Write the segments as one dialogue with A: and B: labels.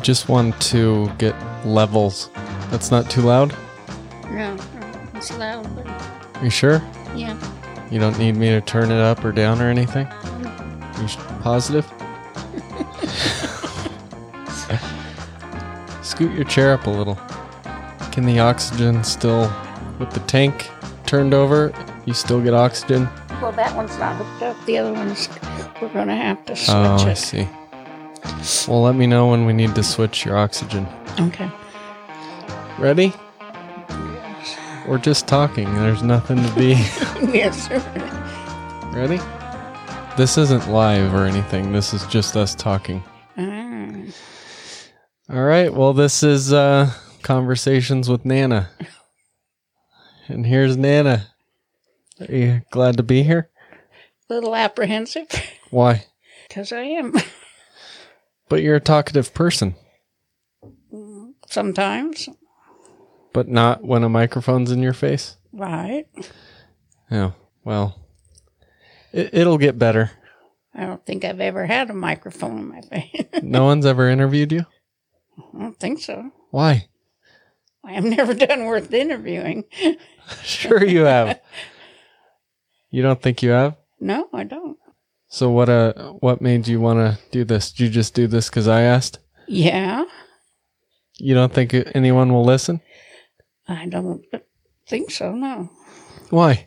A: just want to get levels. That's not too loud?
B: No, no, uh, it's loud, but
A: You sure?
B: yeah,
A: You don't need me to turn it up or down or anything? You s- positive? Scoot your chair up a little. Can the oxygen still, with the tank turned over, you still get oxygen?
B: well, that one's not hooked up. The other one's, we're gonna have to switch
A: Oh, I
B: it.
A: see. Well, let me know when we need to switch your oxygen.
B: Okay.
A: Ready? We're just talking. There's nothing to be.
B: yes, sir.
A: Ready? This isn't live or anything. This is just us talking.
B: Mm.
A: All right. Well, this is uh, Conversations with Nana. And here's Nana. Are you glad to be here?
B: little apprehensive,
A: Why?
B: because I am
A: But you're a talkative person,
B: sometimes.
A: but not when a microphone's in your face.
B: Right.
A: Oh, well, it, it'll get better.
B: I don't think I've ever had a microphone in my face. I
A: No one's ever interviewed you?
B: don't think so.
A: Why?
B: I am never done worth interviewing.
A: Sure, you have. You don't think you have?
B: No, I don't.
A: So what? Uh, what made you want to do this? Did you just do this because I asked?
B: Yeah,
A: You don't think anyone will listen?
B: I don't think so. No,
A: Why?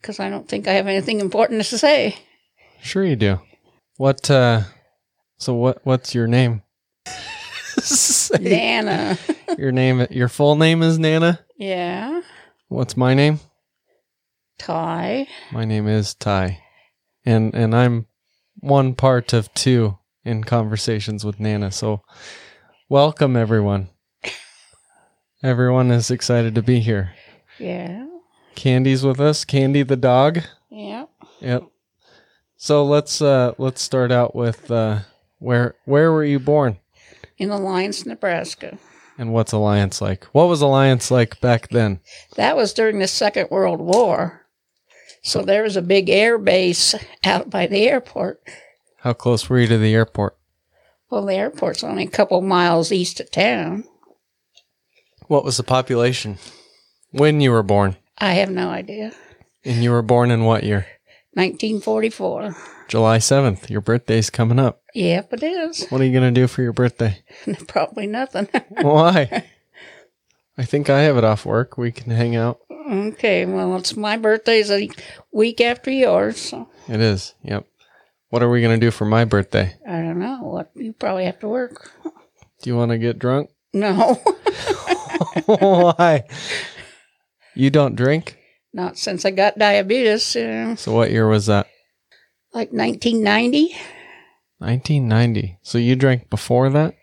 B: because I don't think I have anything important to say.
A: Sure you do. What? uh So what? What's your name? Say
B: Nana.
A: your name. Your full name is Nana.
B: Yeah.
A: What's my name?
B: Ty.
A: My name is Ty, and and I'm one part of two in conversations with Nana. So welcome everyone. Everyone is excited to be here.
B: Yeah.
A: Candy's with us. Candy the dog.
B: Yeah.
A: Yep. So let's uh let's start out with uh where where were you born
B: In Alliance, Nebraska.
A: and what's Alliance like? What was Alliance like back then?
B: That was during the Second World War. So there was a big air base out by the airport.
A: How close were you to the airport?
B: Well, the airport's only a couple miles east of town.
A: What was the population when you were born?
B: I have no idea.
A: And you were born in what year?
B: 1944.
A: July 7th. Your birthday's coming up.
B: Yep, it is.
A: What are you going to do for your birthday?
B: Probably nothing.
A: Why? I think I have it off work. We can hang out.
B: okay, well, it's my birthday's a week after yours. So
A: It is. Yep. What are we going to do for my birthday?
B: I don't know. What you probably have to work.
A: Do you want to get drunk?
B: No,
A: Why? You don't drink?
B: not since I got diabetes. Uh,
A: So what year was that?
B: like 1990,
A: 1990. So you drank before that?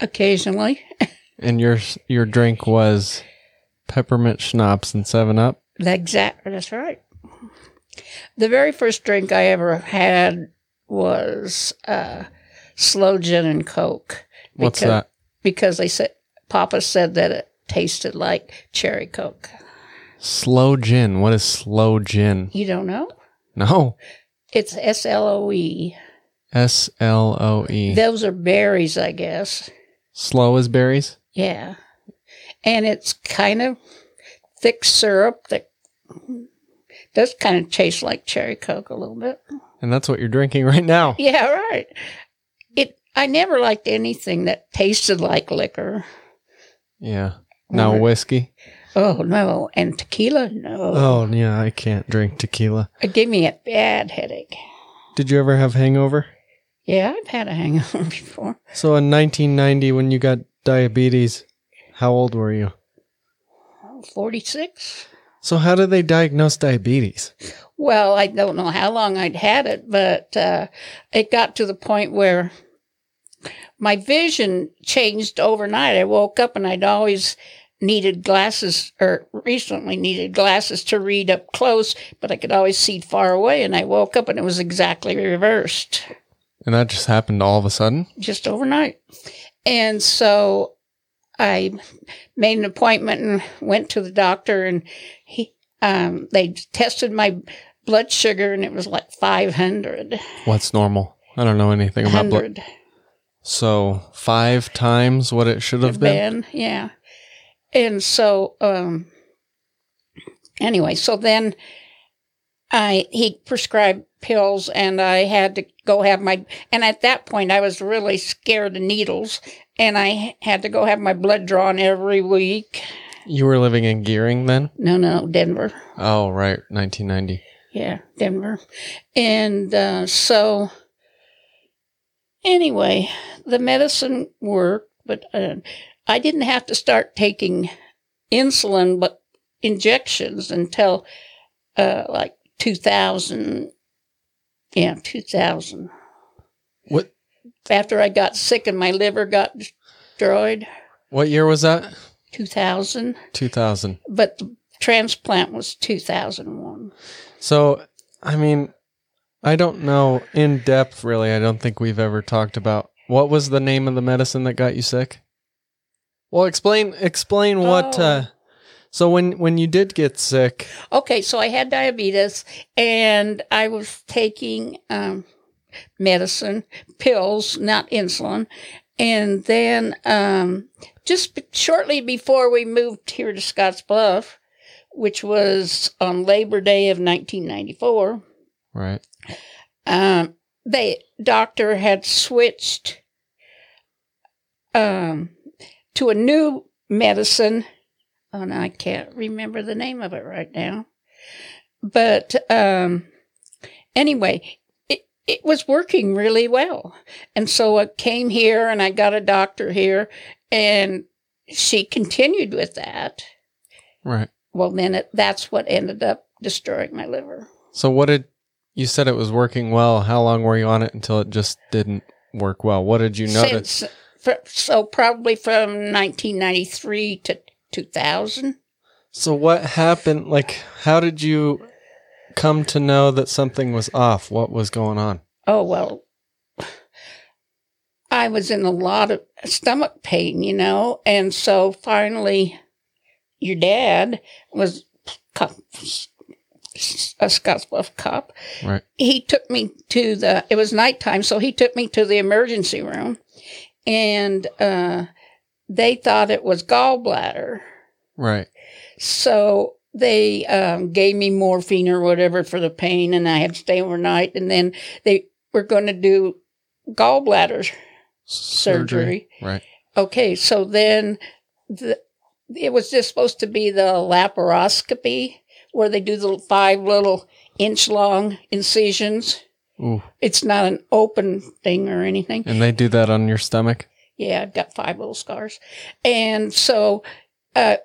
B: occasionally.
A: And your your drink was peppermint schnapps and 7 up?
B: Exactly. That's right. The very first drink I ever had was uh, sloe gin and coke.
A: What's
B: because-
A: that?
B: Because they said Papa said that it tasted like cherry coke.
A: Slow gin. What is slow gin?
B: You don't know?
A: No.
B: It's S L O E.
A: S L O E.
B: Those are berries, I guess.
A: Slow as berries?
B: Yeah, and it's kind of thick syrup that does kind of taste like cherry coke a little bit.
A: And that's what you're drinking right now.
B: Yeah, right. It. I never liked anything that tasted like liquor.
A: Yeah. Now
B: Or-
A: whiskey.
B: Oh no, and tequila, no.
A: Oh, yeah, I can't drink tequila.
B: It gave me a bad headache.
A: Did you ever have hangover?
B: Yeah, I've had a hangover before.
A: So in 1990, when you got diabetes, how old were you?
B: Forty-six.
A: So how do they diagnose diabetes?
B: Well, I don't know how long I'd had it, but uh, it got to the point where my vision changed overnight. I woke up and I'd always needed glasses or recently needed glasses to read up close, but I could always see far away. And I woke up and it was exactly reversed
A: And that just happened all of a sudden.
B: just overnight. And so I made an appointment and went to the doctor and he, um, they tested my blood sugar and it was like 500.
A: What's normal? I don't know anything about blood.
B: 100.
A: So five times what it should have been.
B: Ben, yeah. And so um anyway, so then I he prescribed pills and I had to go have my and at that point I was really scared of needles and I had to go have my blood drawn every week.
A: You were living in Gearing then?
B: No, no, Denver.
A: Oh, right. 1990.
B: Yeah, Denver. And uh, so, anyway, the medicine worked, but uh, I didn't have to start taking insulin, but injections until uh, like 2000. Yeah, 2000.
A: What
B: After I got sick and my liver got destroyed,
A: what year was that?
B: 2000.
A: 2000.
B: But the transplant was 2001.
A: So, I mean, I don't know in depth really. I don't think we've ever talked about what was the name of the medicine that got you sick? Well, explain explain what
B: Oh.
A: uh so when when you did get sick,
B: Okay, so I had diabetes and I was taking um, medicine, pills, not insulin. And then um, just b- shortly before we moved here to Scottsbluff, which was on Labor Day of 1994,
A: right?
B: um, the doctor had switched um, to a new medicine. Oh, no, I can't remember the name of it right now. But um, anyway, it, it was working really well. And so I came here and I got a doctor here, and she continued with that.
A: Right.
B: Well, then it, that's what ended up destroying my liver.
A: So what did you said it was working well. How long were you on it until it just didn't work well? What did you notice?
B: since fr- so probably from 1993 to 2000
A: So what happened? Like, how did you come to know that something was off? What was going on?
B: oh well i was in a lot of stomach pain you know and so finally your dad was cop, a Scottsbluff cop
A: Right.
B: he took me to the it was nighttime so he took me to the emergency room and uh, they thought it was gallbladder
A: Right.
B: So they um, gave me morphine or whatever for the pain, and I had to stay overnight. And then they were going to do gallbladder surgery.
A: Right.
B: Okay, so then the, it was just supposed to be the laparoscopy where they do the five little inch long incisions.
A: Ooh.
B: It's not an open thing or anything.
A: And they do that on your stomach.
B: Yeah, I've got five little scars. And so uh,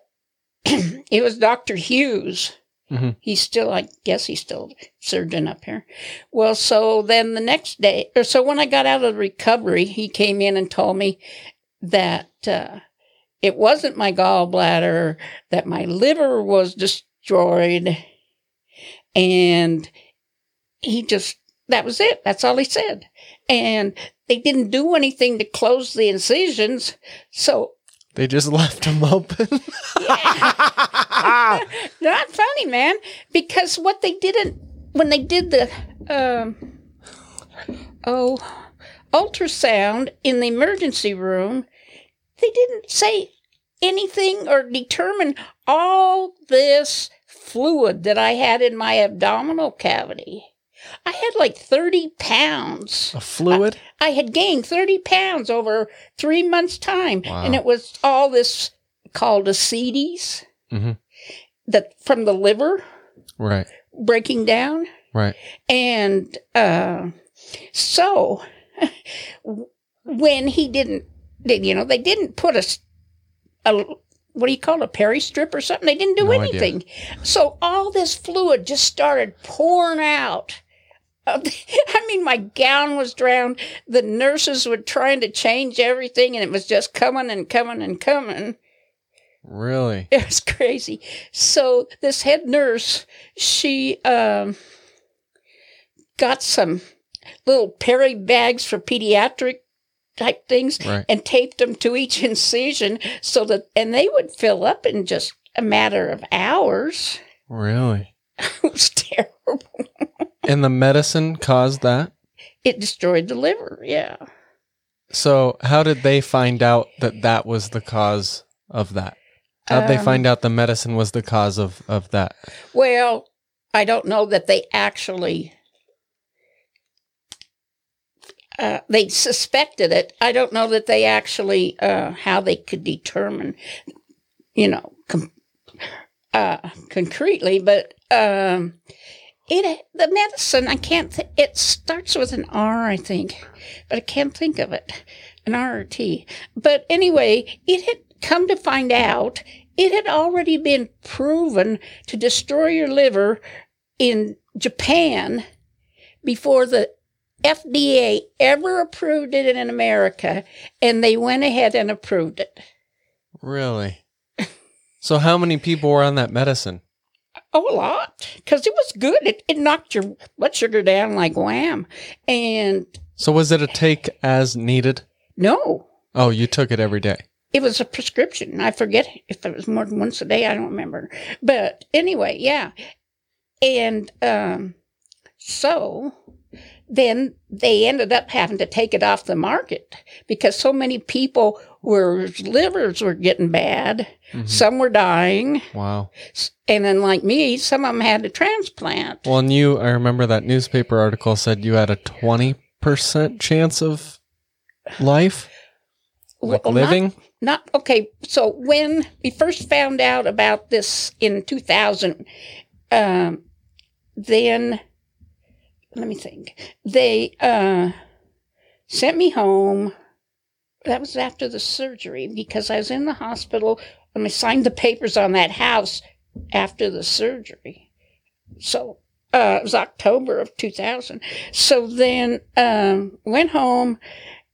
B: it was Dr. Hughes.
A: Mhm.
B: He's still, I guess he's still a surgeon up here. Well, so then the next day, or so when I got out of recovery, he came in and told me that uh, it wasn't my gallbladder, that my liver was destroyed. And he just, that was it. That's all he said. And they didn't do anything to close the incisions. So,
A: They just left them open.
B: not funny, man, because what they didn't, when they did the, um, oh, ultrasound in the emergency room, they didn't say anything or determine all this fluid that I had in my abdominal cavity. I had like 30 pounds.
A: A fluid.
B: I had gained 30 pounds over three months' time.
A: Wow.
B: And it was all this called acides
A: Mhm.
B: that from the liver
A: Right.
B: breaking down.
A: Right.
B: And uh, so when he didn't, they- you know, they didn't put a, s- a l- what do you call it, a peri strip or something? They didn't do
A: No idea.
B: anything. So all this fluid just started pouring out. of the- I mean, my gown was drowned. The nurses were trying to change everything, and it was just coming and coming and coming.
A: Really.
B: It was crazy. So this head nurse, she um, got some little peri bags for pediatric type things
A: Right.
B: and taped them to each incision so that, and they would fill up in just a matter of hours.
A: Really.
B: it was terrible.
A: And the medicine caused that.
B: It destroyed the liver. Yeah.
A: So, how did they find out that that was the cause of that? How did they
B: Um,
A: find out the medicine was the cause of of that?
B: Well, I don't know that they actually. Uh, they suspected it. I don't know that they actually uh, how they could determine, you know, com- uh, concretely. But um, it the medicine I can't. Th- it starts with an R, I think, but I can't think of it, an R or T. But anyway, it had come to find out it had already been proven to destroy your liver in Japan before the FDA ever approved it in America, and they went ahead and approved it.
A: Really? so, how many people were on that medicine?
B: Oh, a lot, because it was good. It, it knocked your blood sugar down like wham. And
A: So, was it a take as needed?
B: no,
A: Oh, you took it every day.
B: it was a prescription. I forget if it was more than once a day. I don't remember. But anyway, yeah. And um, so then they ended up having to take it off the market because so many people were livers were getting bad.
A: Mhm.
B: Some were dying,
A: Wow.
B: S- and then like me, some of them had to transplant.
A: Well, and you, I remember that newspaper article said you had a twenty percent chance of life, like
B: Well, not-
A: living.
B: not okay so when we first found out about this in 2000 um, then let me think they uh, sent me home that was after the surgery because i was in the hospital and i signed the papers on that house after the surgery so uh, it was october of 2000 so then um, went home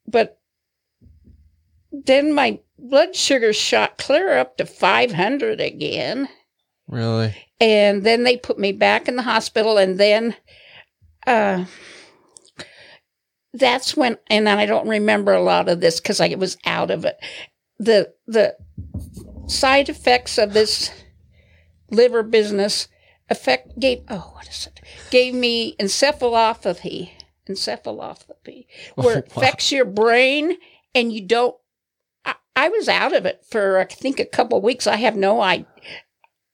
B: but then my blood sugar shot clear up to 500 again.
A: really?
B: And then they put me back in the hospital. And then uh, that's when, and I don't remember a lot of this because I was out of it. The, the side effects of this liver business effect gave, oh, what is it? Gave me encephalopathy. Encephalopathy, where it
A: Wow.
B: affects your brain and you don't I, I was out of it for I think a couple of weeks. I have no I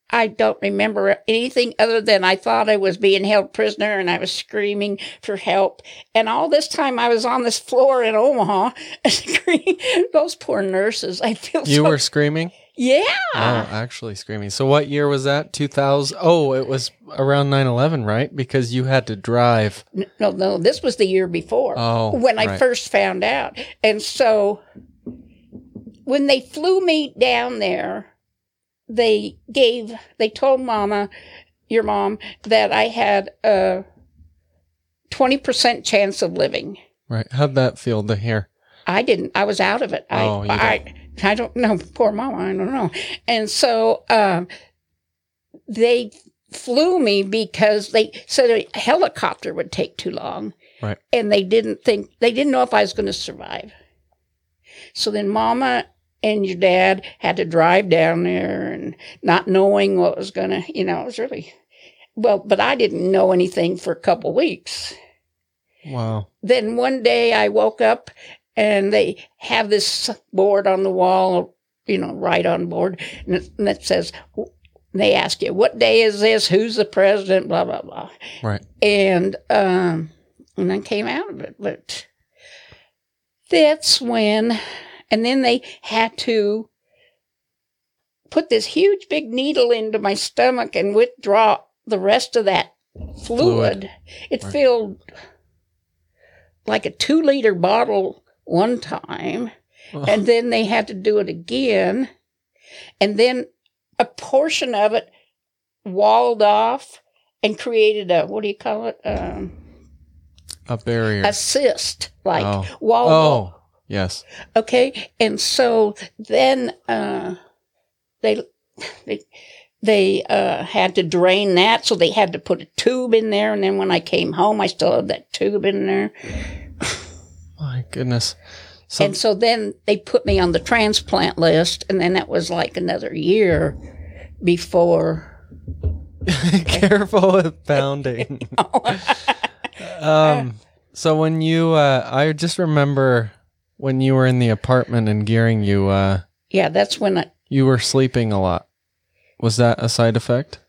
B: I don't remember anything other than I thought I was being held prisoner and I was screaming for help. And all this time I was on this floor in Omaha screaming those poor nurses. I feel
A: You
B: so
A: were screaming?
B: Yeah. Ah.
A: Oh, actually screaming. So what year was that? 2000. Oh, it was around 9/11, right? Because you had to drive.
B: N- No, no, this was the year before.
A: Oh,
B: when I
A: right.
B: first found out. And so when they flew me down there, they gave, they told Mama, your mom, that I had a 20% chance of living.
A: Right. How'd that feel to hear?
B: I didn't. I was out of it. I,
A: Oh, you don't-
B: I, I don't know. Poor mama. I don't know. And so um, they flew me because they said a helicopter would take too long.
A: Right.
B: And they didn't think, they didn't know if I was going to survive. So then mama and your dad had to drive down there and not knowing what was going to, you know, it was really, well, but I didn't know anything for a couple weeks
A: Wow.
B: then one day I woke up and they have this board on the wall, you know, right on board, and it, and it says, they ask you, what day is this? Who's the president? Blah, blah, blah.
A: Right.
B: And, um, and I came out of it, but that's when, and then they had to put this huge big needle into my stomach and withdraw the rest of that fluid.
A: Fluid.
B: It
A: Right.
B: filled like a two liter bottle one time,
A: Oh.
B: and then they had to do it again, and then a portion of it walled off and created a what do you call it? Um,
A: A barrier.
B: a cyst, like
A: Oh.
B: walled off.
A: oh, yes.
B: Okay, and so then uh, they they they uh, had to drain that, so they had to put a tube in there. And then when I came home, I still had that tube in there.
A: My goodness. So
B: and so then they put me on the transplant list, and then that was like another year before.
A: careful with pounding. um so when you uh I just remember when you were in the apartment and gearing you, uh,
B: Yeah, that's when I,
A: you were sleeping a lot. Was that a side effect?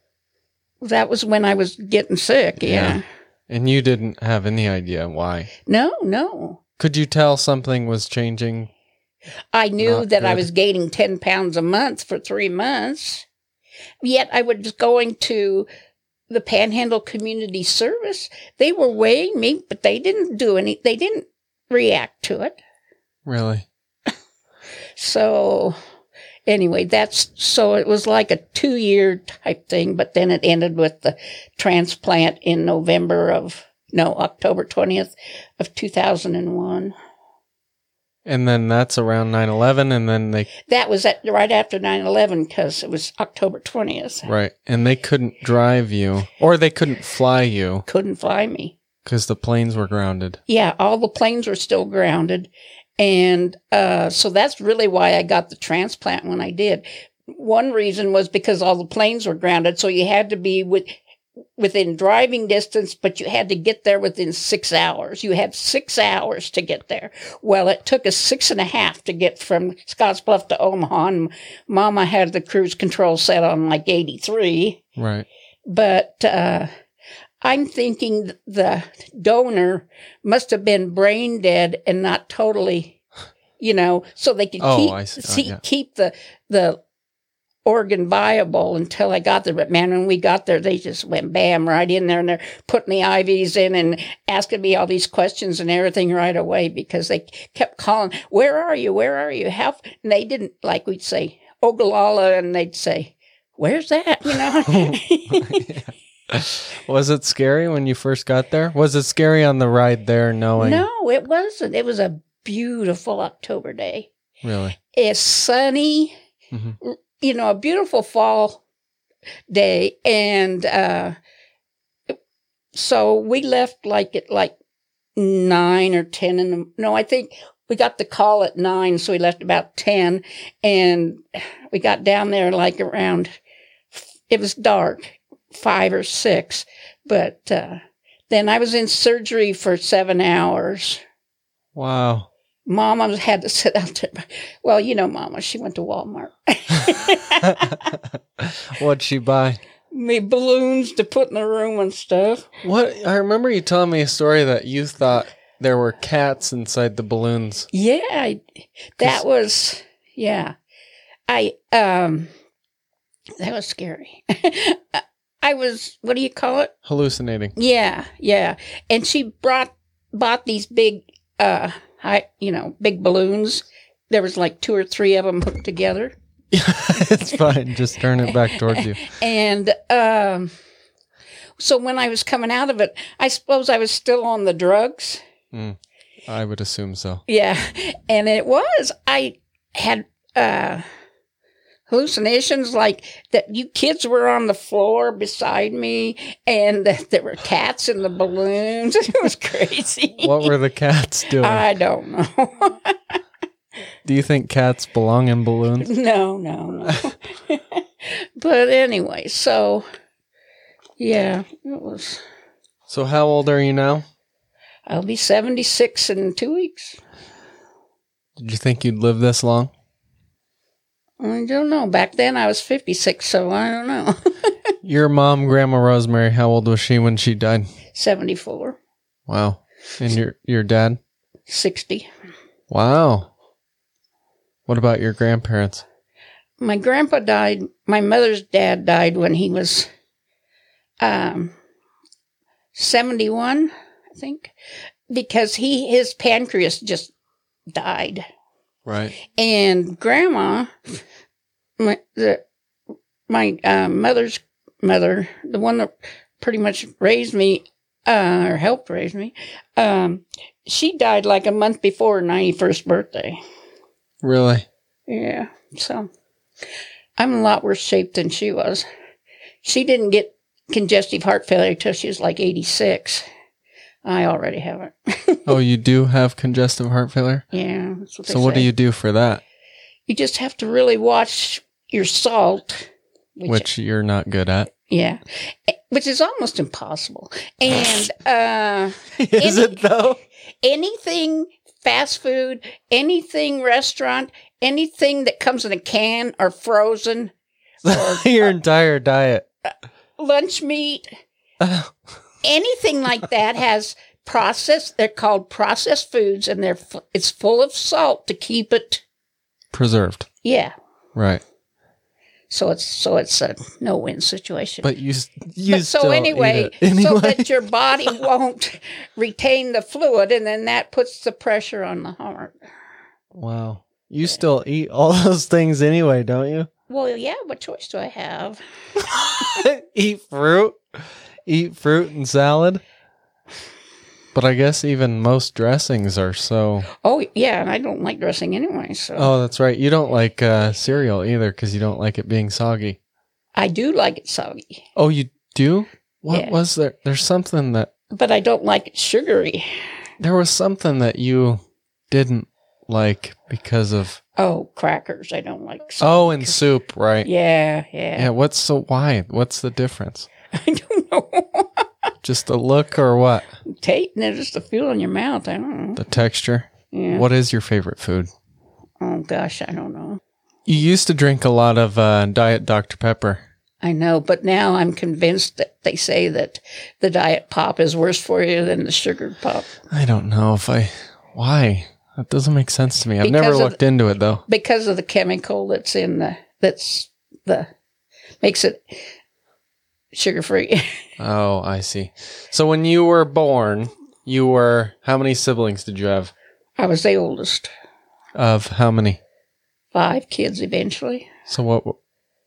B: that was when I was getting sick. Yeah.
A: Yeah. And you didn't have any idea why.
B: No, no.
A: Could you tell something was changing?
B: I knew
A: Not
B: that I
A: good.
B: was gaining 10 pounds a month for three months. Yet I was going to the Panhandle Community Service. They were weighing me, but they didn't do any, they didn't react to it.
A: Really?
B: So anyway, that's so it was like a two year type thing, but then it ended with the transplant in November of no, October 20th of 2001.
A: And then that's around 9 11, and then they,
B: That was at, right after 9 11 because it was October 20th.
A: right, and they couldn't drive you or they couldn't fly you
B: Couldn't fly me.
A: because the planes were grounded.
B: Yeah, all the planes were still grounded. And uh, so that's really why I got the transplant when I did. One reason was because all the planes were grounded. So you had to be with, within driving distance, but you had to get there within six hours. You had six hours to get there. Well, it took us six and a half to get from Scottsbluff to Omaha. And Mama had the cruise control set on like 83
A: Right.
B: but uh, I'm thinking the donor must have been brain dead and not totally, you know, so they could
A: Oh,
B: keep
A: I see. Oh,
B: see-
A: yeah.
B: keep the the organ viable until I got there. But man, when we got there, they just went bam right in there, and they're putting the IVs in and asking me all these questions and everything right away because they kept calling, "Where are you? Where are you?" How? f-" And they didn't like we'd say Ogallala, and they'd say. Where's that? You know,
A: Was it scary when you first got there? Was it scary on the ride there knowing?
B: No, it wasn't. It was a beautiful October day.
A: Really?
B: It's sunny,
A: Mhm.
B: you know, a beautiful fall day. And uh, so we left like at like nine or 10 in the, no, I think we got the call at nine. So we left about 10 and we got down there like around, it was dark, five or six. But uh, then I was in surgery for seven hours.
A: Wow.
B: Mama had to sit out there. Well, you know, Mama, she went to Walmart.
A: What'd she buy?
B: Me balloons to put in the room and stuff.
A: What? I remember you telling me a story that you thought there were cats inside the balloons.
B: Yeah, I, that was yeah. I um, that was scary. I was what do you call it?
A: Hallucinating.
B: Yeah, yeah. And she brought bought these big uh, I you know big balloons. There was like two or three of them hooked together.
A: it's fine. Just turn it back towards you.
B: And um, so when I was coming out of it, I suppose I was still on the drugs.
A: I would assume so.
B: Yeah. And it was. I had uh, hallucinations like that you kids were on the floor beside me and that there were cats in the balloons. It was crazy.
A: What were the cats doing?
B: I don't know.
A: Do you think cats belong in balloons?
B: no, no, no. but anyway, so yeah, it was.
A: So, how old are you now?
B: I'll be 76 in two weeks.
A: Did you think you'd live this long?
B: I don't know. Back then I was 56, so I don't know.
A: Your mom, Grandma Rosemary, how old was she when she died?
B: 74,
A: Wow. And your your dad?
B: 60.
A: Wow. What about your grandparents?
B: My grandpa died. My mother's dad died when he was um, 71, I think, because he his pancreas just died.
A: Right.
B: and grandma my the, my uh, mother's mother the one that pretty much raised me uh, or helped raise me um, she died like a month before her 91st birthday
A: Really?
B: yeah so i'm in a lot worse shape than she was she didn't get congestive heart failure till she was like 86 i already have it
A: Oh, you do have congestive heart failure?
B: yeah that's what they
A: So what do
B: say.
A: you do for that?
B: you just have to really watch your salt
A: Which you're not good at.
B: Yeah, Eh, which is almost impossible. And uh,
A: Is it though?
B: anything fast food, anything restaurant, anything that comes in a can or frozen,
A: Your entire diet.
B: lunch meat, anything like that has processed. They're called processed foods, and they're f- it's full of salt to keep it.
A: Preserved.
B: Yeah,
A: Right.
B: so it's so it's a no-win situation.
A: But you s- you
B: But so
A: still eat
B: anyway,
A: it anyway.
B: so that your body won't retain the fluid, and then that puts the pressure on the heart.
A: wow. You still eat all those things anyway, don't you?
B: Well, yeah. What choice do I have?
A: eat fruit, eat fruit and salad. But I guess even most dressings are so.
B: Oh, yeah, and I don't like dressing anyway. So
A: Oh, that's right. You don't like uh, cereal either because you don't like it being soggy.
B: I do like it soggy,
A: Oh, you do? What
B: Yeah.
A: was there? There's something that
B: but I don't like it sugary.
A: there was something that you didn't like because of
B: Oh, crackers! I don't like. Soggy.
A: oh, and soup, right?
B: Yeah, yeah.
A: Yeah. What's so why? What's the difference?
B: I don't know.
A: Just the look or what?
B: Taking it just the feel in your mouth. I don't know.
A: The texture.
B: Yeah.
A: What is your favorite food?
B: Oh gosh, I don't know.
A: You used to drink a lot of uh, Diet Dr. Pepper.
B: I know, but now I'm convinced that they say that the diet pop is worse for you than the sugared pop
A: I don't know if I. Why? That doesn't make sense to me. I've never
B: Because of
A: looked into it though.
B: because of the chemical that's in the that's the makes it sugar free.
A: Oh, I see. So when you were born, you were. How many siblings did you have?
B: I was the oldest.
A: Of how many?
B: Five kids eventually.
A: So what?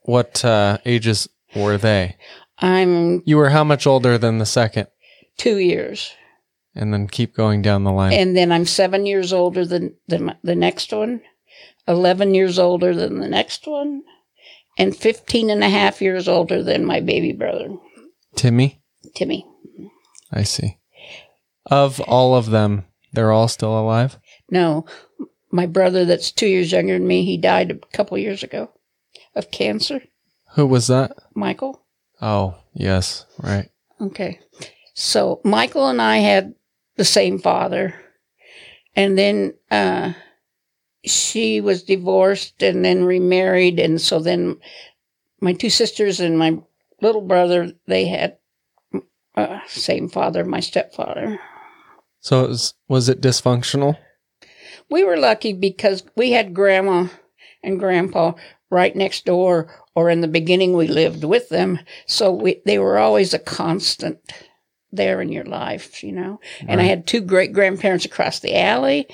A: What uh, ages were they?
B: I'm
A: You were how much older than the second?
B: two years,
A: And then keep going down the line.
B: and then I'm seven years older than than my- the next one, eleven years older than the next one, and 15 and a half years older than my baby brother
A: Timmy.
B: Timmy.
A: I see. Of all of them, they're all still alive.
B: No, my brother that's two years younger than me, he died a couple years ago of cancer.
A: Who was that?
B: Michael.
A: Oh, yes, right.
B: Okay. So Michael and I had the same father. And then uh, she was divorced and then remarried. And so then my two sisters and my little brother, they had uh, same father, my stepfather.
A: So it was was it dysfunctional?
B: We were lucky because we had grandma and grandpa right next door or in the beginning we lived with them. So we, they were always a constant there in your life, you know. And I
A: Right.
B: had two great grandparents across the alley.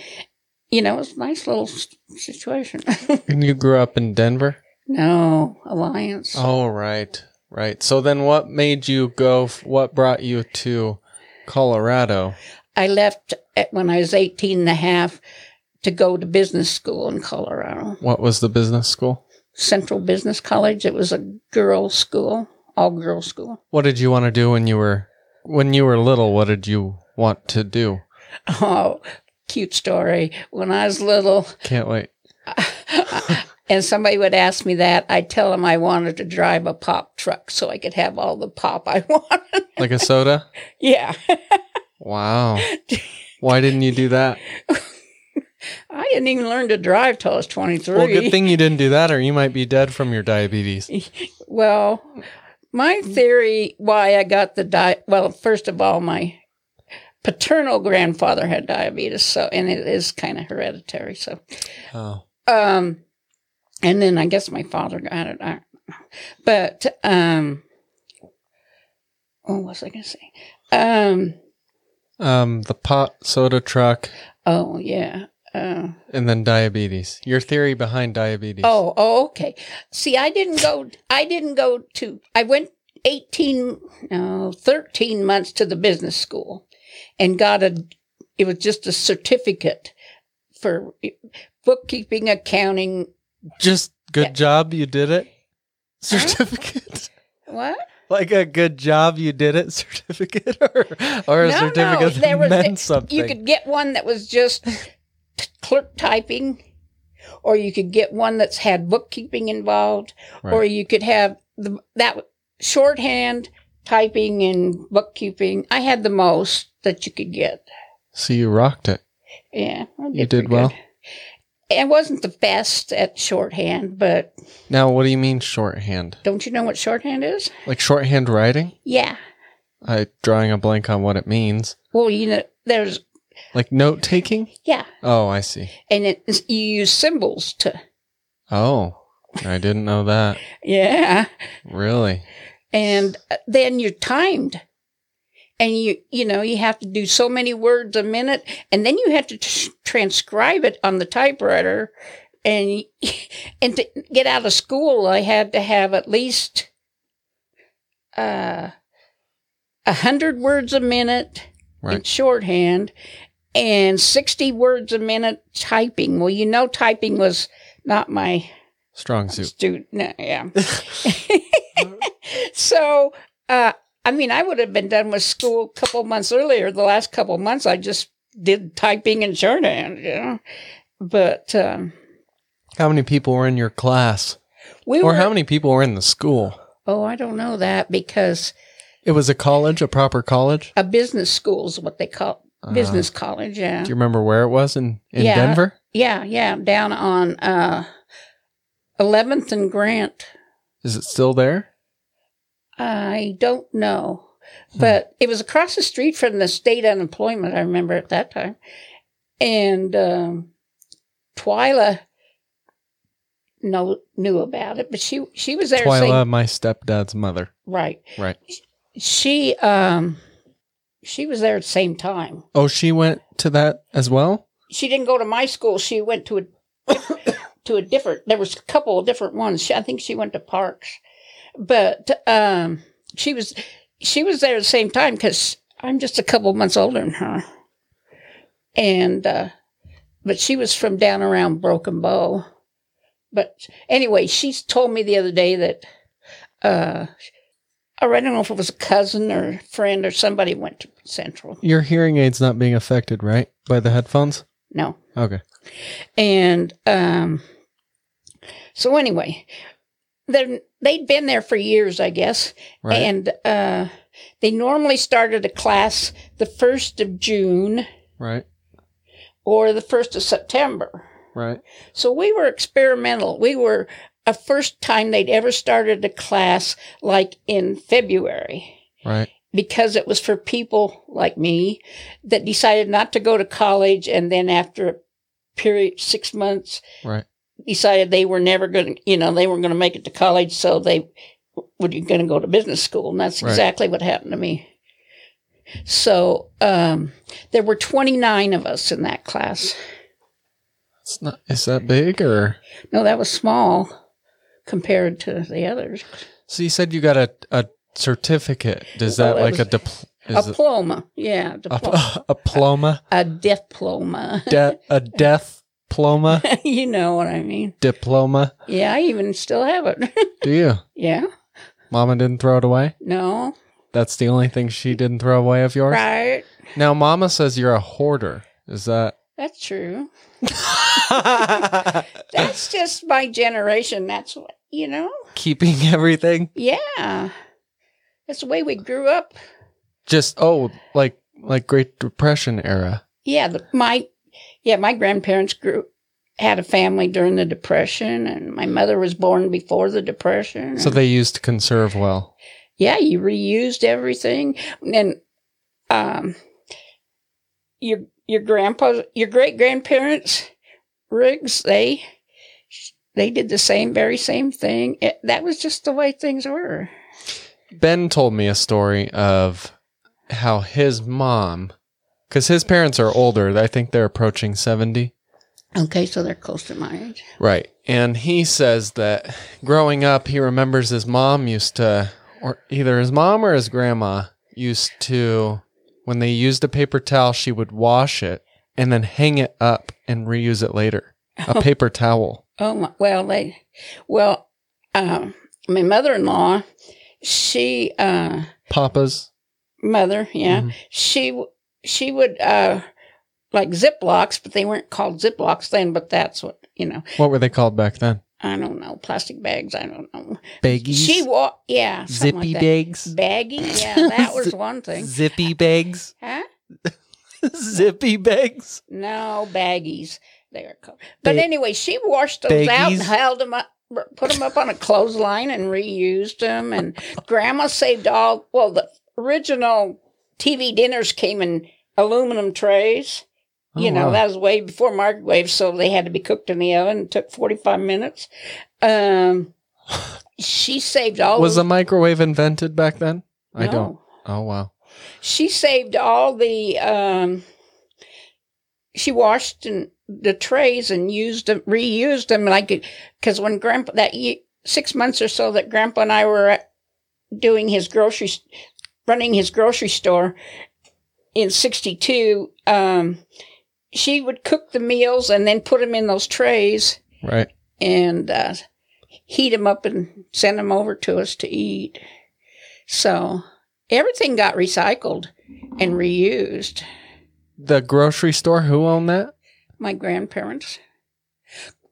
B: You know, it was a nice little s- situation.
A: And you grew up in Denver?
B: no, alliance.
A: Oh, right. Right. So then what made you go f- what brought you to Colorado?
B: I left at, when I was 18 and a half to go to business school in Colorado.
A: What was the business school?
B: Central Business College. It was a girls' school, all girls' school.
A: What did you want to do when you were when you were little? What did you want to do?
B: Oh, cute story. When I was little
A: Can't wait.
B: and somebody would ask me that, I'd tell them I wanted to drive a pop truck so I could have all the pop I wanted.
A: Like a soda?
B: yeah.
A: Wow. Why didn't you do that?
B: I didn't even learn to drive till I was 23.
A: Well, good thing you didn't do that or you might be dead from your diabetes.
B: Well, my theory why I got the diet, well, first of all, my paternal grandfather had diabetes, so, and it is kind of hereditary, so.
A: Oh.
B: Um, and then I guess my father got it. I, but um, what was I going to say? Um,
A: Um the pot soda truck
B: oh yeah. Uh,
A: and then diabetes. Your theory behind diabetes.
B: oh, oh, okay. See, I didn't go. I didn't go to. I went eighteen, no, thirteen months to the business school, and got a. It was just a certificate for bookkeeping, accounting.
A: Just good job, you did it. Certificate.
B: What?
A: like a good job, you did it certificate or, or a
B: No, no,
A: certificate
B: there was-
A: that meant something.
B: you could get one that was just t- clerk typing or you could get one that's had bookkeeping involved or
A: Right.
B: you could have the, that shorthand typing and bookkeeping i had the most that you could get
A: so you rocked it.
B: Yeah. I
A: You did
B: pretty
A: well.
B: good. I wasn't the best at shorthand, but
A: Now, what do you mean shorthand?
B: don't you know what shorthand is?
A: Like shorthand writing?
B: Yeah.
A: I drawing a blank on what it means.
B: Well, you know, there's,
A: Like note taking?
B: yeah.
A: Oh, I see.
B: And it, you use symbols to,
A: Oh, I didn't know that.
B: yeah.
A: Really?
B: And uh, then you're timed. And you, you know, you have to do so many words a minute. And then you have to tr- transcribe it on the typewriter. And, and to get out of school, I had to have at least, uh, a hundred words a minute in
A: Right.
B: shorthand and 60 words a minute typing. Well, you know, typing was not my
A: Strong suit.
B: student. no, yeah. so, uh, I mean, I would have been done with school a couple months earlier. The last couple months, I just did typing and shorthand, you know. But um,
A: How many people were in your class?
B: we
A: Or
B: were.
A: how many people were in the school?
B: oh, I don't know that because
A: It was a college, a proper college?
B: a business school is what they call
A: Uh,
B: business college. Yeah,
A: Do you remember where it was in, in
B: Yeah.
A: Denver?
B: yeah, yeah. Down on uh, 11th and Grant.
A: Is it still there?
B: I don't know.
A: Hmm.
B: But it was across the street from the state unemployment, I remember at that time. And um, Twyla know, knew about it, but she she was there
A: Twyla,
B: saying,
A: my stepdad's mother.
B: right.
A: Right.
B: She um she was there at the same time.
A: Oh, she went to that as well?
B: She didn't go to my school, she went to a to a different there was a couple of different ones. She, I think she went to Parks. But um she was she was there at the same time because I'm just a couple months older than her. And, uh, but she was from down around Broken Bow. But anyway, she's told me the other day that, uh, or I don't know if it was a cousin or friend or somebody went to Central.
A: Your hearing aid's not being affected, right? By the headphones?
B: No.
A: Okay.
B: And um, so anyway, they're- they'd been there for years, I guess.
A: Right.
B: And uh, they normally started a class the 1st of June
A: right.
B: or the 1st of September.
A: Right.
B: So we were experimental. We were a first time they'd ever started a class like in February
A: Right.
B: because it was for people like me that decided not to go to college and then after a period six months
A: Right.
B: decided they were never going to you know they weren't going to make it to college so they were going to go to business school and that's
A: Right.
B: exactly what happened to me so um, there were 29 of us in that class
A: It's not, is that big or?
B: no that was small compared to the others
A: So you said you got a, a certificate. Is that
B: Well, it
A: like
B: was-
A: a dipl-
B: a
A: is it
B: diploma yeah diploma.
A: a, a ploma?
B: a diploma
A: De- a death ploma?
B: you know what i mean
A: Diploma?
B: Yeah, I even still have it.
A: Do you?
B: yeah.
A: Mama didn't throw it away?
B: No.
A: That's the only thing she didn't throw away of yours?
B: Right.
A: Now, Mama says you're a hoarder. Is that.
B: That's true. That's just my generation. That's what, you know?
A: Keeping everything?
B: Yeah. That's the way we grew up.
A: Just, oh, like like Great Depression era.
B: Yeah, the, my yeah, my grandparents grew had a family during the depression and my mother was born before the depression.
A: So they used to conserve well.
B: yeah, you reused everything, and um, your your grandpa, your great grandparents, Riggs, they they did the same, very same thing. It, that was just the way things were.
A: Ben told me a story of how his mom, because his parents are older, I think they're approaching 70.
B: Okay, so they're close to my age.
A: Right. And he says that growing up, he remembers his mom used to, or either his mom or his grandma used to, when they used a paper towel, she would wash it and then hang it up and reuse it later. A paper towel.
B: Oh my, well, they, well, um, my mother-in-law, she, uh,
A: Papa's.
B: mother, yeah,
A: Mhm.
B: she w- she would uh, like Ziplocs, but they weren't called Ziplocs then. But that's what you know.
A: What were they called back then?
B: I don't know plastic bags. I don't know.
A: Baggies?
B: She wa yeah, something
A: Zippy
B: like that.
A: bags?
B: baggy. Yeah, that was one thing.
A: Zippy bags?
B: Huh?
A: Zippy bags.
B: No, baggies. They are called. But
A: Ba-
B: anyway, she washed those out and
A: Baggies?
B: held them up. Put them up on a clothesline and reused them. And Grandma saved all. Well, the original TV dinners came in aluminum trays. You
A: Oh,
B: know,
A: wow.
B: that was way before microwave, so they had to be cooked in the oven. It took 45 minutes. Um, she saved all
A: was
B: the,
A: the microwave invented back then? I
B: No.
A: don't. Oh wow.
B: She saved all the. Um, she washed and the trays and used them, reused them like because when Grandpa that ye- six months or so that Grandpa and I were at- doing his grocery, s- running his grocery store in '62, um, she would cook the meals and then put them in those trays
A: Right.
B: and uh, heat them up and send them over to us to eat. So everything got recycled and reused.
A: The grocery store. Who owned that?
B: My grandparents,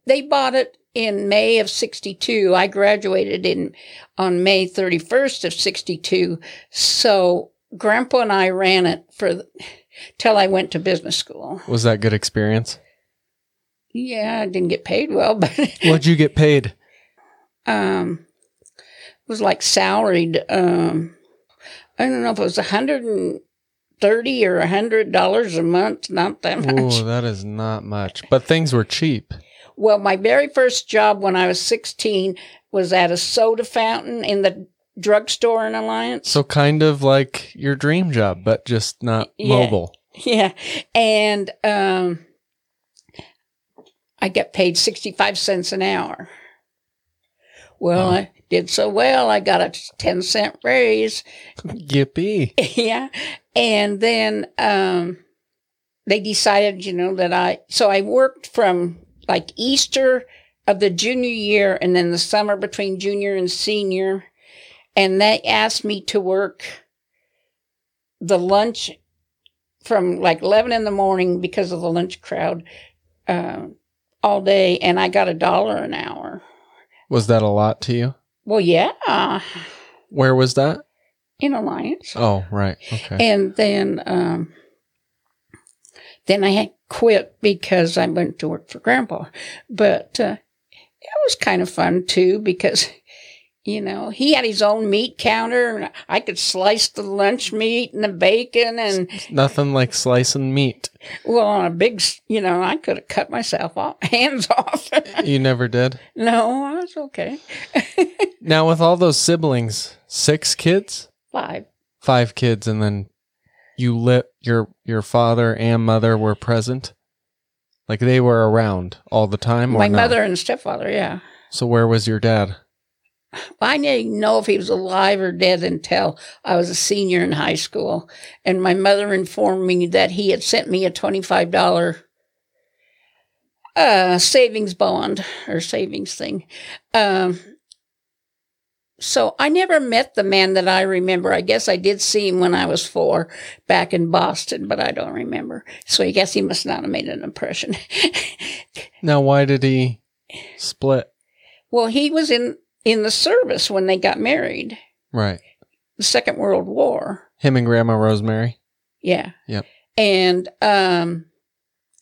B: they bought it in May of 62. I graduated in on May 31st of 62. So grandpa and I ran it for the, till I went to business school.
A: Was that good experience?
B: Yeah, I didn't get paid well, but
A: What'd you get paid?
B: um it was like salaried um i don't know if it was 130 or 100 dollars a month not that much
A: Ooh, that is not much. But things were cheap.
B: well my very first job when i was 16 was at a soda fountain in the drugstore in alliance
A: So kind of like your dream job, but just not
B: Yeah.
A: mobile.
B: yeah and um i got paid 65 cents an hour well
A: Wow.
B: i did so well i got a 10 cent raise
A: Yippee.
B: yeah and then um they decided you know that i so i worked from like easter of the junior year and then the summer between junior and senior and they asked me to work the lunch from like 11 in the morning because of the lunch crowd uh, all day and i got a dollar an hour
A: Was that a lot to you?
B: well yeah
A: Where was that?
B: in alliance
A: Oh, right. Okay.
B: and then um, then I had quit because I went to work for Grandpa. But uh, it was kind of fun too because you know he had his own meat counter, and I could slice the lunch meat and the bacon, and
A: Nothing like slicing meat.
B: well, on a big, s- you know, I could have cut myself off, hands off.
A: You never did.
B: no, I was okay.
A: Now with all those siblings, six kids,
B: Five.
A: five kids, and then you lit your your father and mother were present. Like they were around all the time. Or
B: My
A: no?
B: mother and stepfather, yeah.
A: So where was your dad?
B: I didn't know if he was alive or dead until I was a senior in high school. And my mother informed me that he had sent me a $25 uh, savings bond or savings thing. Um, so I never met the man that I remember. I guess I did see him when I was four back in Boston, but I don't remember. So I guess he must not have made an impression.
A: Now why did he split?
B: well, he was in, in the service when they got married,
A: Right.
B: the Second World War.
A: Him and Grandma Rosemary.
B: Yeah.
A: Yep.
B: And um,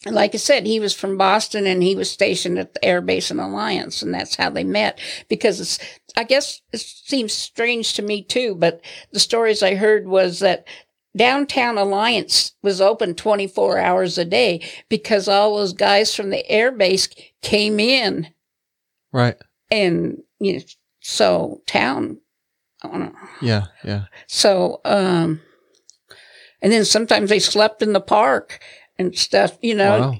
B: like I said, he was from Boston and he was stationed at the Air Base in Alliance, and that's how they met. Because it's, I guess it seems strange to me too, but the stories I heard was that downtown Alliance was open 24 hours a day because all those guys from the Air Base came in
A: Right.
B: and, you know, so town, I don't know.
A: Yeah. Yeah.
B: So, um, and then sometimes they slept in the park and stuff, you know.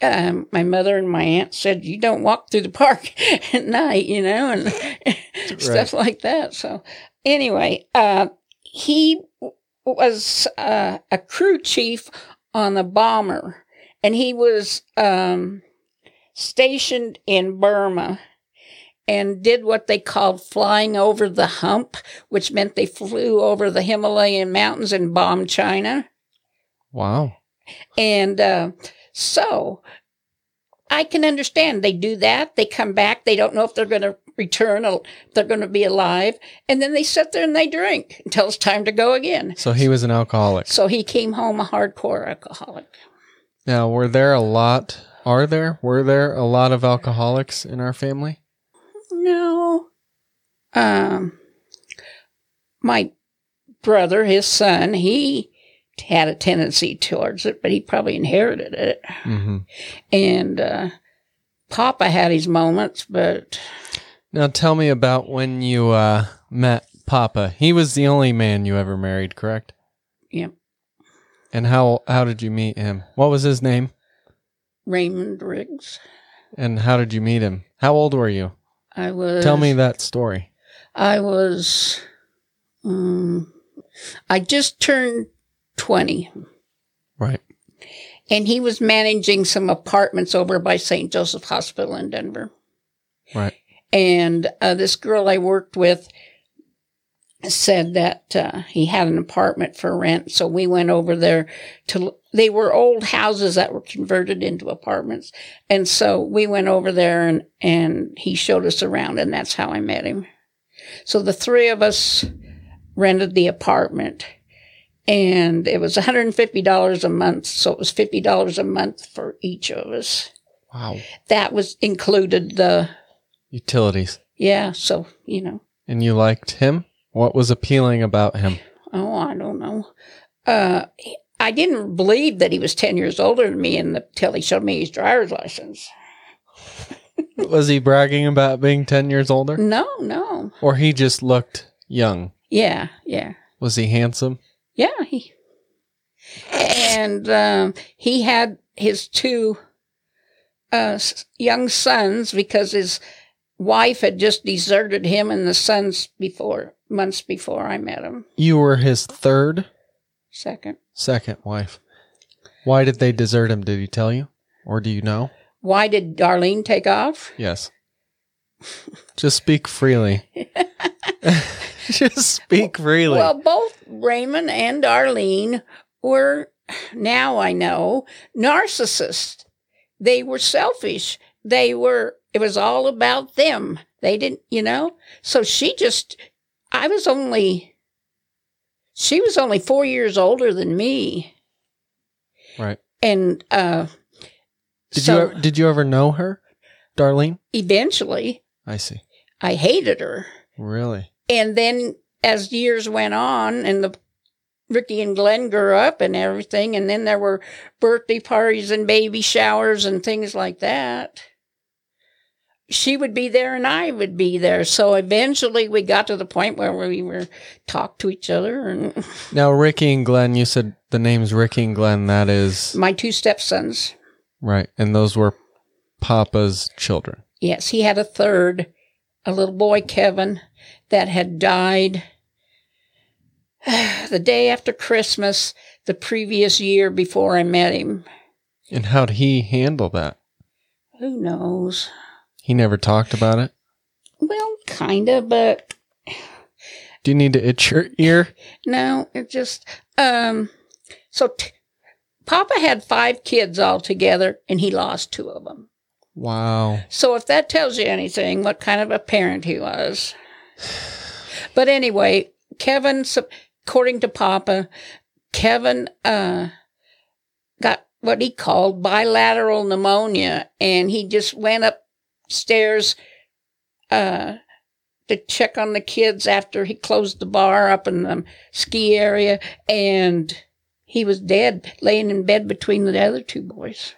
B: Um, my mother and my aunt said, you don't walk through the park at night, you know, and stuff like that. So, anyway, uh, he w- was uh, a crew chief on a bomber and he was um, stationed in Burma and did what they called flying over the hump, which meant they flew over the Himalayan mountains and bombed China.
A: Wow.
B: And uh, so I can understand they do that. They come back. They don't know if they're going to return. al- They're going to be alive. And then they sit there and they drink until it's time to go again.
A: So he was an alcoholic.
B: So he came home a hardcore alcoholic.
A: Now, were there a lot? Are there? Were there a lot of alcoholics in our family?
B: No. Um, my brother, his son, he had a tendency towards it, but he probably inherited it.
A: Mm-hmm.
B: And uh, Papa had his moments, but
A: Now, tell me about when you uh, met Papa. He was the only man you ever married, correct?
B: Yep.
A: And how how did you meet him? What was his name?
B: Raymond Riggs,
A: And how did you meet him? How old were you?
B: I was.
A: Tell me that story.
B: I was. Um, I just turned 20,
A: Right.
B: and he was managing some apartments over by St. Joseph Hospital in Denver.
A: Right.
B: And uh, this girl I worked with said that uh, he had an apartment for rent. So we went over there to, they were old houses that were converted into apartments. And so we went over there and, and he showed us around and that's how I met him. So the three of us rented the apartment and it was $150 a month. So it was $50 a month for each of us.
A: Wow.
B: That was included the,
A: Utilities.
B: yeah, so, you know,
A: And you liked him? What was appealing about him?
B: oh, I don't know. Uh, he- I didn't believe that he was 10 years older than me in the- until he showed me his driver's license.
A: was he bragging about being 10 years older?
B: No, no.
A: Or he just looked young?
B: Yeah, yeah,
A: Was he handsome?
B: yeah. He, and um, he had his two uh, s- young sons because his wife had just deserted him and the sons before, months before I met him.
A: You were his third,
B: Second.
A: second wife. Why did they desert him? Did he tell you? Or do you know?
B: Why did Darlene take off?
A: Yes. Just speak freely. just speak freely.
B: Well, both Raymond and Darlene were, now I know, narcissists. They were selfish. They were, it was all about them. They didn't, you know? So she just, I was only, she was only four years older than me.
A: right.
B: And, uh,
A: Did
B: so
A: you did you ever know her, Darlene?
B: eventually
A: I see.
B: I hated her.
A: Really?
B: and then as years went on and the Ricky and Glenn grew up and everything, and then there were birthday parties and baby showers and things like that. She would be there and I would be there. So eventually we got to the point where we were talked to each other and
A: Now Ricky and Glenn, you said the name's Ricky and Glenn, that is
B: my two stepsons.
A: right. And those were Papa's children.
B: Yes, he had a third, a little boy, Kevin, that had died the day after Christmas, the previous year before I met him.
A: And how'd he handle that?
B: Who knows?
A: He never talked about it.
B: Well, kinda, but
A: Do you need to itch your ear?
B: no, it just, um, so t- Papa had five kids altogether and he lost two of them.
A: Wow.
B: So if that tells you anything, what kind of a parent he was. But anyway, Kevin, sup- according to Papa, Kevin uh, got what he called bilateral pneumonia, and he just went upstairs uh, to check on the kids after he closed the bar up in the ski area, and he was dead, laying in bed between the other two boys.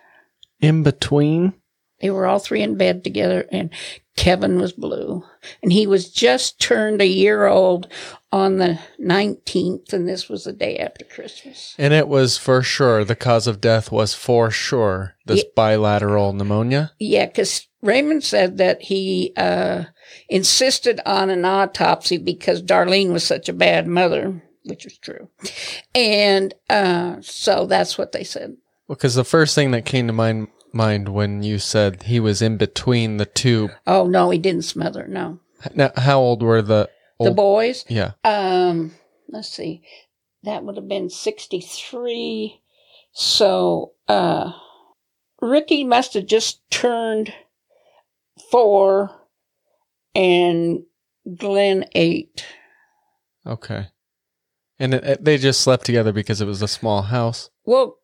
A: In between?
B: They were all three in bed together, and Kevin was blue. And he was just turned a year old on the 19th, and this was the day after Christmas.
A: And it was for sure the cause of death was for sure this
B: Ye-
A: bilateral pneumonia.
B: Yeah, because Raymond said that he uh, insisted on an autopsy because Darlene was such a bad mother, which was true. And uh, so that's what they said.
A: Because the first thing that came to mind mind when you said he was in between the two.
B: Oh, no, he didn't smother, no.
A: Now, how old were the old?
B: The boys?
A: yeah.
B: um let's see that would have been 63 so uh ricky must have just turned four and Glenn ate.
A: Okay. And it, it- they just slept together because it was a small house.
B: Well,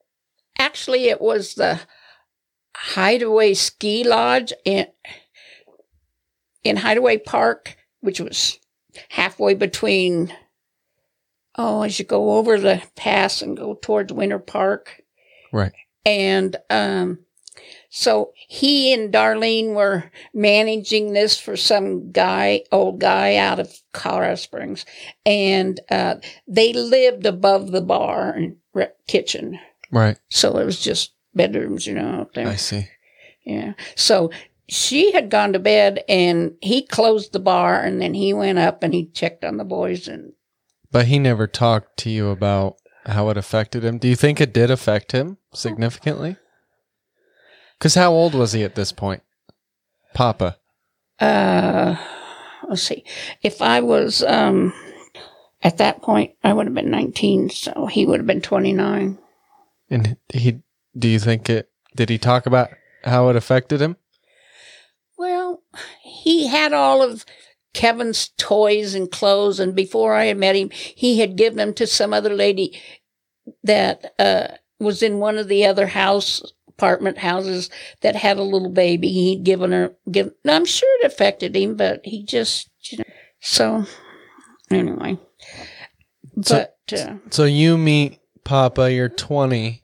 B: actually, it was the Hideaway Ski Lodge in in Hideaway Park, which was halfway between. Oh, as you go over the pass and go towards Winter Park,
A: Right.
B: and um, so he and Darlene were managing this for some guy, old guy out of Colorado Springs, and uh, they lived above the bar and re- kitchen.
A: Right.
B: So it was just bedrooms, you know, out there.
A: I see.
B: Yeah. So she had gone to bed and he closed the bar and then he went up and he checked on the boys and
A: But he never talked to you about how it affected him. Do you think it did affect him significantly? Because how old was he at this point? Papa.
B: uh let's see. If I was um at that point I would have been nineteen, so he would have been twenty nine.
A: And he, do you think it, did he talk about how it affected him?
B: Well, he had all of Kevin's toys and clothes, and before I had met him, he had given them to some other lady that uh, was in one of the other house apartment houses that had a little baby. He'd given her, given, I'm sure it affected him, but he just, you know, so anyway.
A: So-
B: But uh,
A: So you meet Papa, you're 20.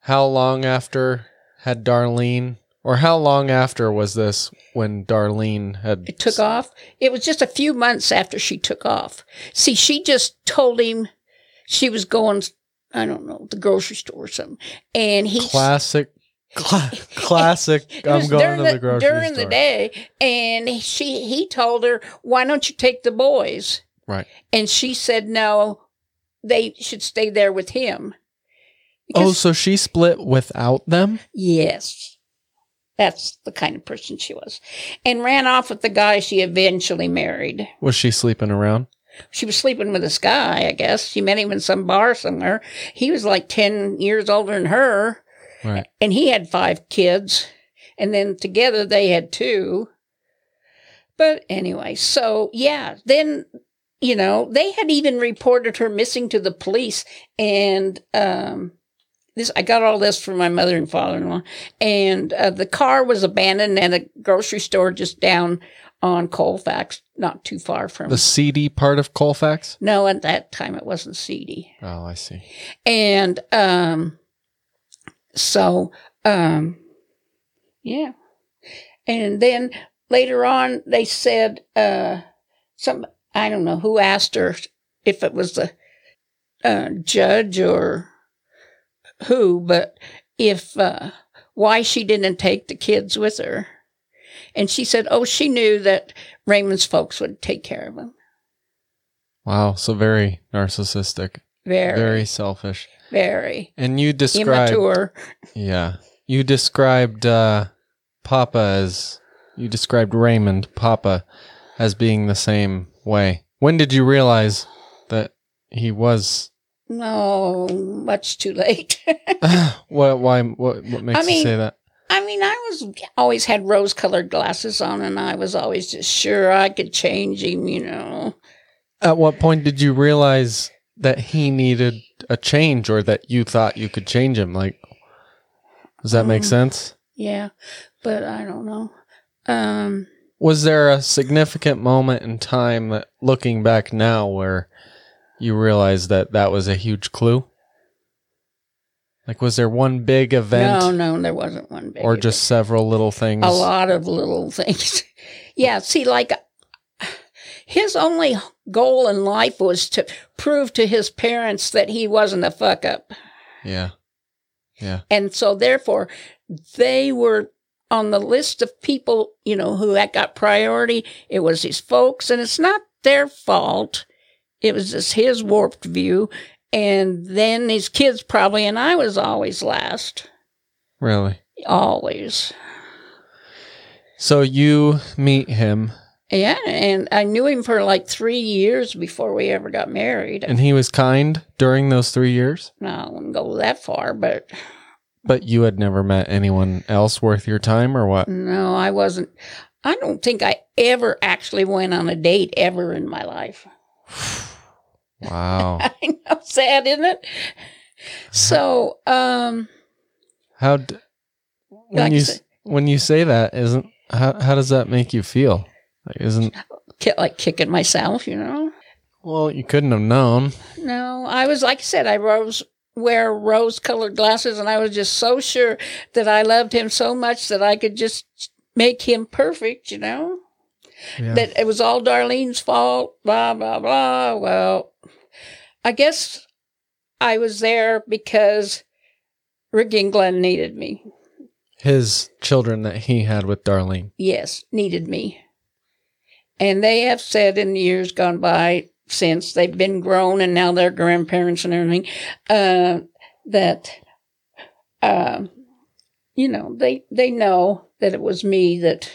A: How long after had Darlene, or how long after was this when Darlene had
B: it took off. It was just a few months after she took off. See, she just told him she was going, I don't know, the grocery store or something. And he
A: classic, cla- classic,
B: it
A: I'm
B: was
A: going
B: during
A: to the, grocery
B: during
A: store.
B: the day. And she he told her, Why don't you take the boys?
A: Right.
B: And she said, No, they should stay there with him.
A: Oh,
B: Because,
A: so she split without them?
B: yes. That's the kind of person she was. And ran off with the guy she eventually married.
A: Was she sleeping around?
B: she was sleeping with this guy, I guess. She met him in some bar somewhere. He was like 10 years older than her,
A: Right.
B: and he had five kids. And then together they had two. But anyway, so yeah, then, you know, they had even reported her missing to the police. And, um, this, I got all this from my mother and father in law. And uh, the car was abandoned at a grocery store just down on Colfax, not too far from
A: The seedy part of Colfax?
B: no, at that time it wasn't seedy.
A: Oh, I see.
B: And um so um yeah. And then later on they said uh some I don't know who asked her if it was the uh judge or who, but if uh why she didn't take the kids with her. And she said, "Oh, she knew that Raymond's folks would take care of them."
A: Wow. So very narcissistic,
B: Very,
A: very selfish.
B: very.
A: And you described
B: immature.
A: Yeah. You described uh, Papa as you described Raymond Papa as being the same way. When did you realize that he was?
B: No, much too late.
A: what? Why? What? What makes you
B: mean-
A: say that?
B: I mean, I was always had rose colored glasses on, and I was always just sure I could change him, you know.
A: At what point did you realize that he needed a change, or that you thought you could change him? Like, does that make
B: Um,
A: sense?
B: Yeah, but I don't know. Um,
A: Was there a significant moment in time that, looking back now, where you realized that that was a huge clue? Like, was there one big event,
B: no, no, there wasn't one big
A: or
B: event.
A: just several little things?
B: a lot of little things. yeah, see, like his only goal in life was to prove to his parents that he wasn't a fuck up.
A: Yeah,
B: And so therefore they were on the list of people, you know, who had got priority. It was his folks and it's not their fault. It was just his warped view. And then his kids probably, and I was always last,
A: really.
B: always.
A: So you meet him,
B: Yeah. And I knew him for like three years before we ever got married.
A: and he was kind during those three years,
B: Now, I wouldn't go that far, but
A: but you had never met anyone else worth your time, or what?
B: No, I wasn't. I don't think I ever actually went on a date ever in my life.
A: Wow.
B: I know, sad, isn't it? So, um,
A: How d- when
B: Like I
A: you
B: said-
A: s- when you say that isn't how how does that make you feel? Like isn't
B: ki- like kicking myself, you know?
A: well, you couldn't have known.
B: No, I was, like I said, I rose, wear rose colored glasses, and I was just so sure that I loved him so much that I could just make him perfect, you know?
A: Yeah.
B: that it was all Darlene's fault, blah, blah, blah. Well, I guess I was there because Ricky and Glenn needed me.
A: His children that he had with Darlene.
B: Yes, needed me. And they have said in the years gone by since they've been grown and now they're grandparents and everything, uh, that, um, you know, they, they know that it was me that,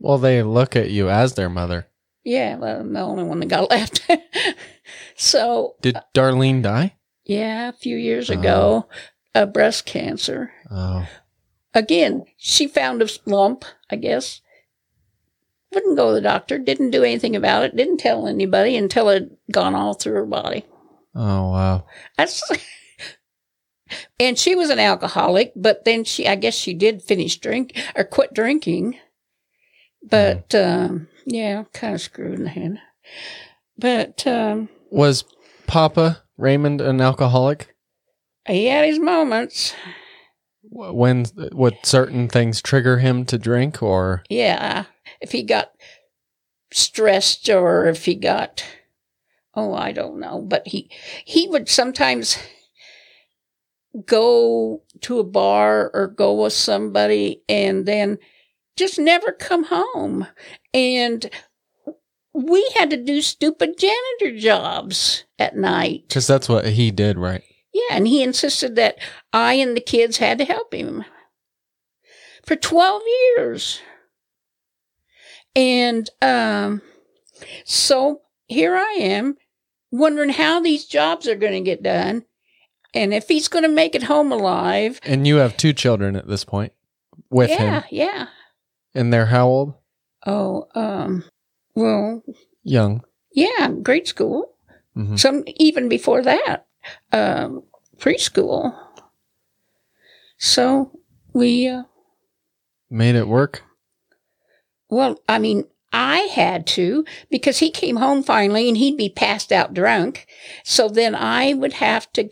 A: Well, they look at you as their mother.
B: yeah, well, I'm the only one that got left. so
A: Did Darlene die?
B: Yeah, a few years
A: Oh.
B: ago, uh, breast cancer.
A: Oh,
B: Again, she found a lump, I guess. Wouldn't go to the doctor, didn't do anything about it, didn't tell anybody until it had gone all through her body.
A: oh wow.
B: That's and she was an alcoholic, but then she, I guess she did finish drink or quit drinking. But, um, yeah, kind of screwed in the head. But, um,
A: Was Papa Raymond an alcoholic?
B: he had his moments.
A: Wh- When would certain things trigger him to drink, or
B: Yeah. If he got stressed or if he got oh, I don't know, but he he would sometimes go to a bar or go with somebody and then just never come home. And we had to do stupid janitor jobs at night.
A: because that's what he did, right?
B: Yeah, and he insisted that I and the kids had to help him for 12 years. And um, so here I am wondering how these jobs are going to get done and if he's going to make it home alive.
A: And you have two children at this point with
B: yeah,
A: him,
B: yeah.
A: and they're how old?
B: Oh, um, well,
A: Young.
B: yeah, grade school.
A: hmm
B: some even before that, um, preschool. So we, uh,
A: Made it work.
B: well, I mean, I had to because he came home finally and he'd be passed out drunk. So then I would have to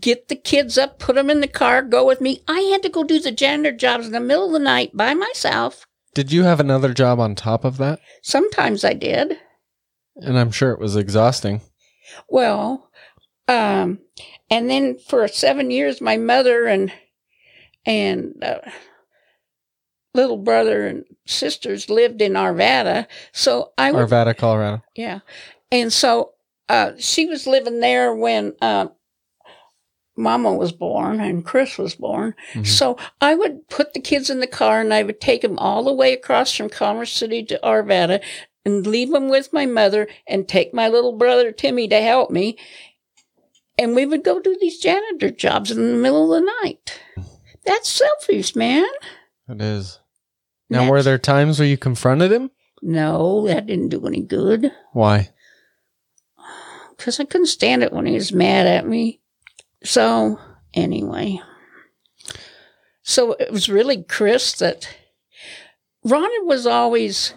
B: get the kids up, put them in the car, go with me. I had to go do the janitor jobs in the middle of the night by myself.
A: Did you have another job on top of that?
B: Sometimes I did.
A: And I'm sure it was exhausting.
B: Well, um, and then for seven years, my mother and and uh, little brother and sisters lived in Arvada. So I would,
A: Arvada, Colorado.
B: yeah, and so uh, she was living there when uh, Mama was born and Chris was born.
A: Mhm.
B: So I would put the kids in the car and I would take them all the way across from Commerce City to Arvada and leave them with my mother and take my little brother Timmy to help me. And we would go do these janitor jobs in the middle of the night. That's selfish, man.
A: It is. Now,
B: Next.
A: were there times where you confronted him?
B: No, that didn't do any good
A: Why?
B: because I couldn't stand it when he was mad at me. So, anyway. So it was really Chris that Ronnie was always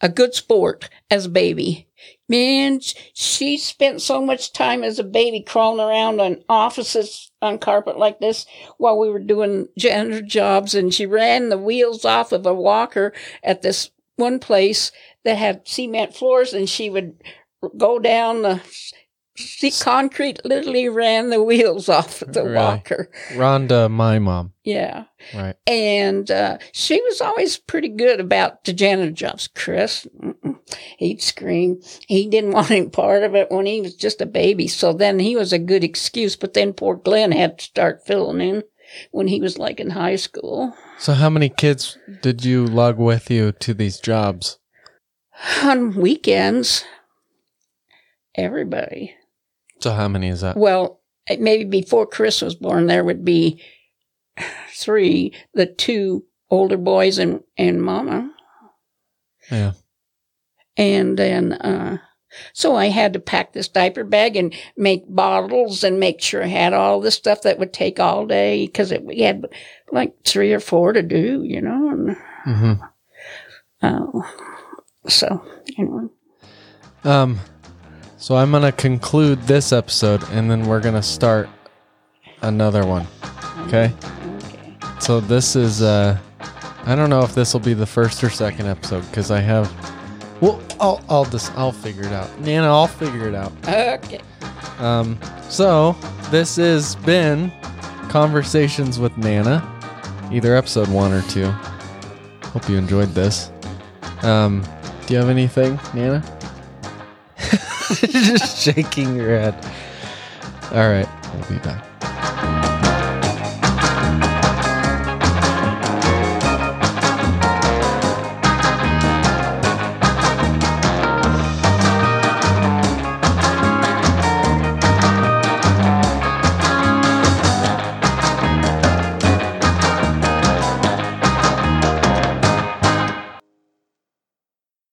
B: a good sport as a baby. Man, sh- she spent so much time as a baby crawling around on offices on carpet like this while we were doing janitor jobs, and she ran the wheels off of a walker at this one place that had cement floors, and she would go down the see concrete literally ran the wheels off of the
A: Really?
B: walker
A: Rhonda, my mom.
B: yeah
A: Right.
B: and uh, she was always pretty good about the janitor jobs. Chris, mm-mm, he'd scream. He didn't want any part of it when he was just a baby. So then he was a good excuse. But then poor Glenn had to start filling in when he was like in high school.
A: So, how many kids did you lug with you to these jobs?
B: On weekends, everybody.
A: So, how many is that?
B: Well, it- maybe before Chris was born, there would be three the two older boys and, and mama.
A: Yeah.
B: And then, uh, so I had to pack this diaper bag and make bottles and make sure I had all the stuff that would take all day because we had like three or four to do, you know. And
A: Mm-hmm.
B: uh, so, anyway,
A: Um, so I'm gonna conclude this episode, and then we're gonna start another one. Okay.
B: okay.
A: So this is uh I don't know if this will be the first or second episode because I have well I'll I'll just I'll figure it out. Nana, I'll figure it out.
B: Okay.
A: Um so this has been Conversations with Nana, either episode one or two. Hope you enjoyed this. Um do you have anything, Nana? just shaking your head. Alright, we'll be back.